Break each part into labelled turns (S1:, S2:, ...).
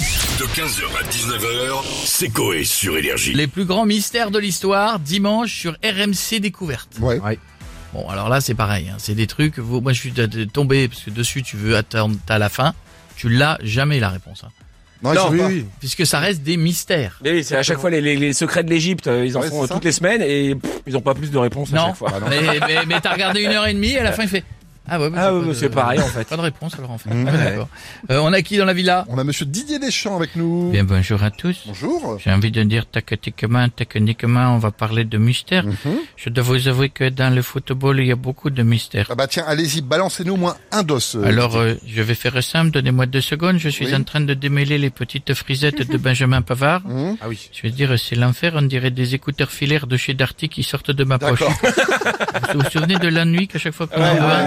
S1: De 15h à 19h, c'est Coé sur Énergie.
S2: Les plus grands mystères de l'histoire, dimanche sur RMC Découverte.
S3: Ouais.
S2: Bon, alors là, c'est pareil. hein. C'est des trucs. vous- moi, je suis de- de- tombé parce que dessus, tu veux attendre à la fin. Tu l'as jamais la réponse, hein.
S3: Non,
S4: Non,
S3: oui,
S4: pas.
S3: oui.
S2: puisque ça reste des mystères.
S4: Mais oui, c'est à chaque fois les, les- les secrets de l'Égypte, euh, ils en
S3: Ouais,
S4: font
S3: c'est
S4: euh,
S3: ça. Ah,
S4: toutes les semaines et pff, ils ont pas plus de réponses à
S2: Non,
S4: chaque fois.
S2: mais, mais, mais t'as regardé une heure et demie et à la fin, il fait. Ah ouais, bah,
S4: Ah
S2: j'ai
S4: ouais,
S2: pas
S4: ouais,
S2: de-
S4: c'est pareil, en fait. Mm.
S2: Pas de réponse alors en fait. Ah, d'accord. Euh, on a qui dans la villa
S3: On a monsieur Didier Deschamps avec nous.
S2: Bien bonjour à tous.
S3: Bonjour.
S2: J'ai envie de dire tactiquement, techniquement, on va parler de mystères.
S4: Mm-hmm.
S2: Je dois vous avouer que dans le football, il y a beaucoup de mystères.
S3: Ah bah tiens, allez-y, balancez-nous au moins un dos. euh,
S2: Alors, euh, je vais faire simple, donnez-moi deux secondes. Je suis
S3: Oui.
S2: en train de démêler les petites frisettes de Benjamin Pavard.
S3: Mhm.
S4: Ah oui.
S2: Je veux dire, c'est l'enfer, on dirait des écouteurs filaires de chez Darty qui sortent de ma poche.
S3: D'accord.
S2: Vous vous souvenez de l'ennui qu'à chaque fois qu'on en voit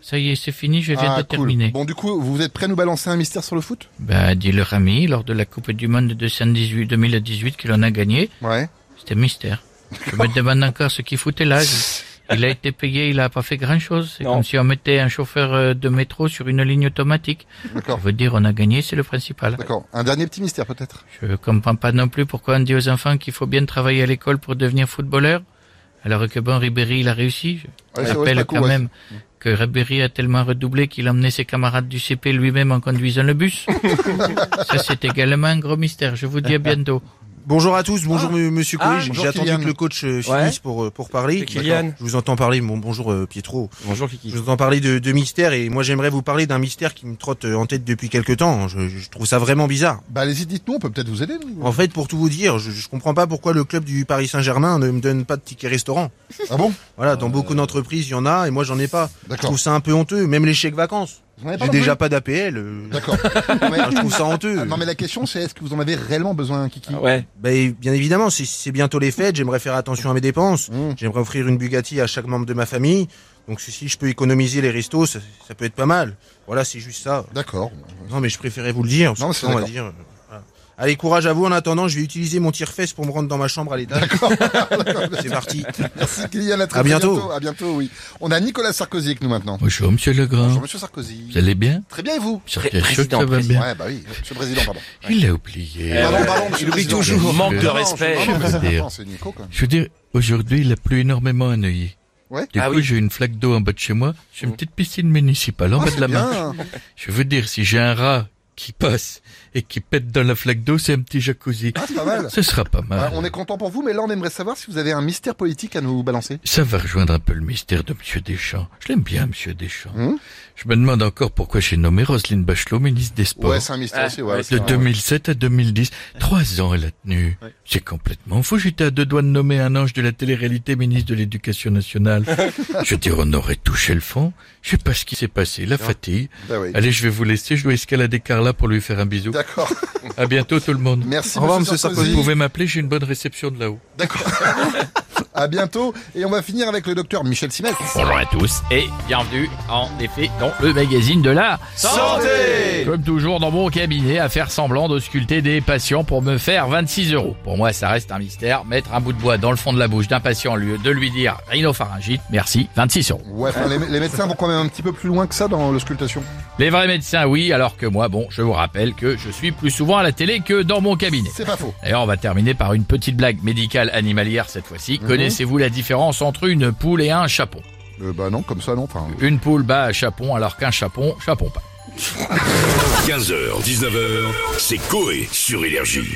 S2: Ça y est, c'est fini, je viens de
S3: Ah, cool.
S2: terminer.
S3: Bon, du coup, vous êtes prêts à nous balancer un mystère sur le foot
S2: Bah, dit leur ami, lors de la Coupe du Monde de 118 2018 que l'on a gagné,
S3: Ouais.
S2: c'était mystère. Je me demande encore ce qu'il foutait là. Je- Il a été payé, il a pas fait grand chose. C'est
S4: Non.
S2: comme si on mettait un chauffeur euh, de métro sur une ligne automatique. Ça
S3: D'accord.
S2: veut dire, on a gagné, c'est le principal.
S3: D'accord. Un dernier petit mystère peut-être.
S2: Je comprends pas non plus pourquoi on dit aux enfants qu'il faut bien travailler à l'école pour devenir footballeur, alors que bon, Ribéry, il a réussi. Je
S3: Ouais, Ah, c'est- ouais,
S2: rappelle
S3: c'est pas cool,
S2: quand
S3: ouais.
S2: même que Ribéry a tellement redoublé qu'il a emmené ses camarades du CP lui-même en conduisant le bus. Ça, c'est également un gros mystère. Je vous dis à bientôt.
S5: Bonjour à tous, bonjour m- monsieur
S4: Ah,
S5: Coé,
S3: bonjour,
S5: j'ai attendu
S3: Kylian.
S5: que le coach euh, finisse
S4: Ouais.
S5: pour euh, pour parler.
S4: Et Kylian.
S5: D'accord. Je vous entends parler, bon bonjour euh, Pietro.
S4: Bonjour
S5: Je
S4: Kiki.
S5: vous entends parler de, de mystère et moi j'aimerais vous parler d'un mystère qui me trotte euh, en tête depuis quelque temps. Je, je trouve ça vraiment bizarre.
S3: Bah allez-y, dites-nous, on peut peut-être vous aider. nous.
S5: En fait, pour tout vous dire, je, je comprends pas pourquoi le club du Paris Saint-Germain ne me donne pas de ticket restaurant.
S3: Ah bon
S5: Voilà, dans beaucoup d'entreprises, il y en a et moi j'en ai pas. Je
S3: D'accord.
S5: trouve ça un peu honteux, même les chèques vacances.
S3: Vous en avez pas
S5: J'ai
S3: non plus
S5: déjà pas d'APL. euh,
S3: D'accord. Ouais.
S5: enfin, je trouve ça honteux.
S3: Ah, non mais la question c'est est-ce que vous en avez réellement besoin, Kiki
S4: Ouais.
S5: Ben, bien évidemment, c'est- c'est bientôt les fêtes, j'aimerais faire attention à mes dépenses.
S3: Mmh.
S5: J'aimerais offrir une Bugatti à chaque membre de ma famille. Donc si- si je peux économiser les restos, ça, ça peut être pas mal. Voilà, c'est juste ça.
S3: D'accord.
S5: Non, mais je préférais vous le dire. parce
S3: Non,
S5: que
S3: c'est
S5: sinon, on va
S3: d'accord.
S5: dire. euh, voilà. Allez, courage à vous. En attendant, je vais utiliser mon tire-fesse pour me rendre dans ma chambre à l'étage. c'est parti.
S3: Merci Kylian, à, très,
S5: À
S3: très
S5: bientôt.
S3: bientôt. À bientôt, oui. On a Nicolas Sarkozy avec nous maintenant.
S2: Bonjour, monsieur Legrand.
S3: Bonjour Monsieur Sarkozy.
S2: allez bien?
S3: Très bien et vous
S2: Sur
S4: Pré- quelque chose, président, ça va président.
S3: Ouais, bah oui, Monsieur le Président, Ah, pardon.
S2: Il a oublié.
S4: Euh,
S3: Pardon, pardon, monsieur
S4: il
S3: le
S4: oublie
S3: président.
S4: toujours. Manque de
S3: Non,
S4: respect.
S3: non, mais c'est
S2: Dire.
S3: important, c'est Nico, quand même.
S2: Je veux dire, aujourd'hui, il a plu énormément à Neuilly.
S3: Ouais. Mm.
S2: Du
S4: Ah
S2: coup,
S4: oui.
S2: j'ai une flaque d'eau en bas de chez moi. J'ai une petite piscine municipale en
S3: Ah,
S2: bas de
S3: c'est
S2: la
S3: bien.
S2: main. Je veux dire, si j'ai un rat qui passe et qui pète dans la flaque d'eau, c'est un petit jacuzzi.
S3: Ah, c'est pas mal.
S2: Ce sera pas mal.
S3: Ah, on est content pour vous, mais là, on aimerait savoir si vous avez un mystère politique à nous balancer.
S2: Ça va rejoindre un peu le mystère de Monsieur Deschamps. Je l'aime bien, Monsieur Deschamps.
S3: Hum.
S2: Je me demande encore pourquoi j'ai nommé Roselyne Bachelot ministre des Sports.
S3: Ouais, c'est un mystère
S4: Ah,
S3: aussi, ouais.
S4: ouais,
S3: c'est
S2: de
S3: vrai.
S2: 2007 à 2010, trois ans elle a tenu. C'est complètement fou. J'étais à deux doigts de nommer un ange de la télé-réalité ministre de l'Éducation nationale. je veux dire, on aurait touché le fond. Je sais pas ce qui s'est passé. La fatigue.
S3: Bah oui.
S2: Allez, je vais vous laisser. Je dois escalader Carla pour lui faire un bisou.
S3: D'accord.
S2: À bientôt tout le monde.
S3: Merci.
S5: Au revoir, monsieur
S2: Vous
S5: Sarkozy.
S2: pouvez m'appeler. J'ai une bonne réception de là-haut.
S3: D'accord. à bientôt. Et on va finir avec le docteur Michel Simet.
S2: Bonjour à tous et bienvenue en effet dans le magazine de la santé. Comme toujours dans mon cabinet à faire semblant de sculpter des patients pour me faire 26 euros. Pour moi ça reste un mystère, mettre un bout de bois dans le fond de la bouche d'un patient au lieu de lui dire rhinopharyngite, merci, 26 euros.
S3: Ouais, enfin, les, les médecins vont quand même un petit peu plus loin que ça dans l'auscultation.
S2: Les vrais médecins oui, alors que moi bon, je vous rappelle que je suis plus souvent à la télé que dans mon cabinet.
S3: C'est pas faux.
S2: D'ailleurs, on va terminer par une petite blague médicale animalière cette fois-ci. Connaissez-vous la différence entre une poule et un chapon
S3: Euh, bah non, comme ça, non. Enfin,
S2: Une poule bat à chapon alors qu'un chapon, chapon pas.
S1: 15h, 19h, c'est Coé sur Énergie.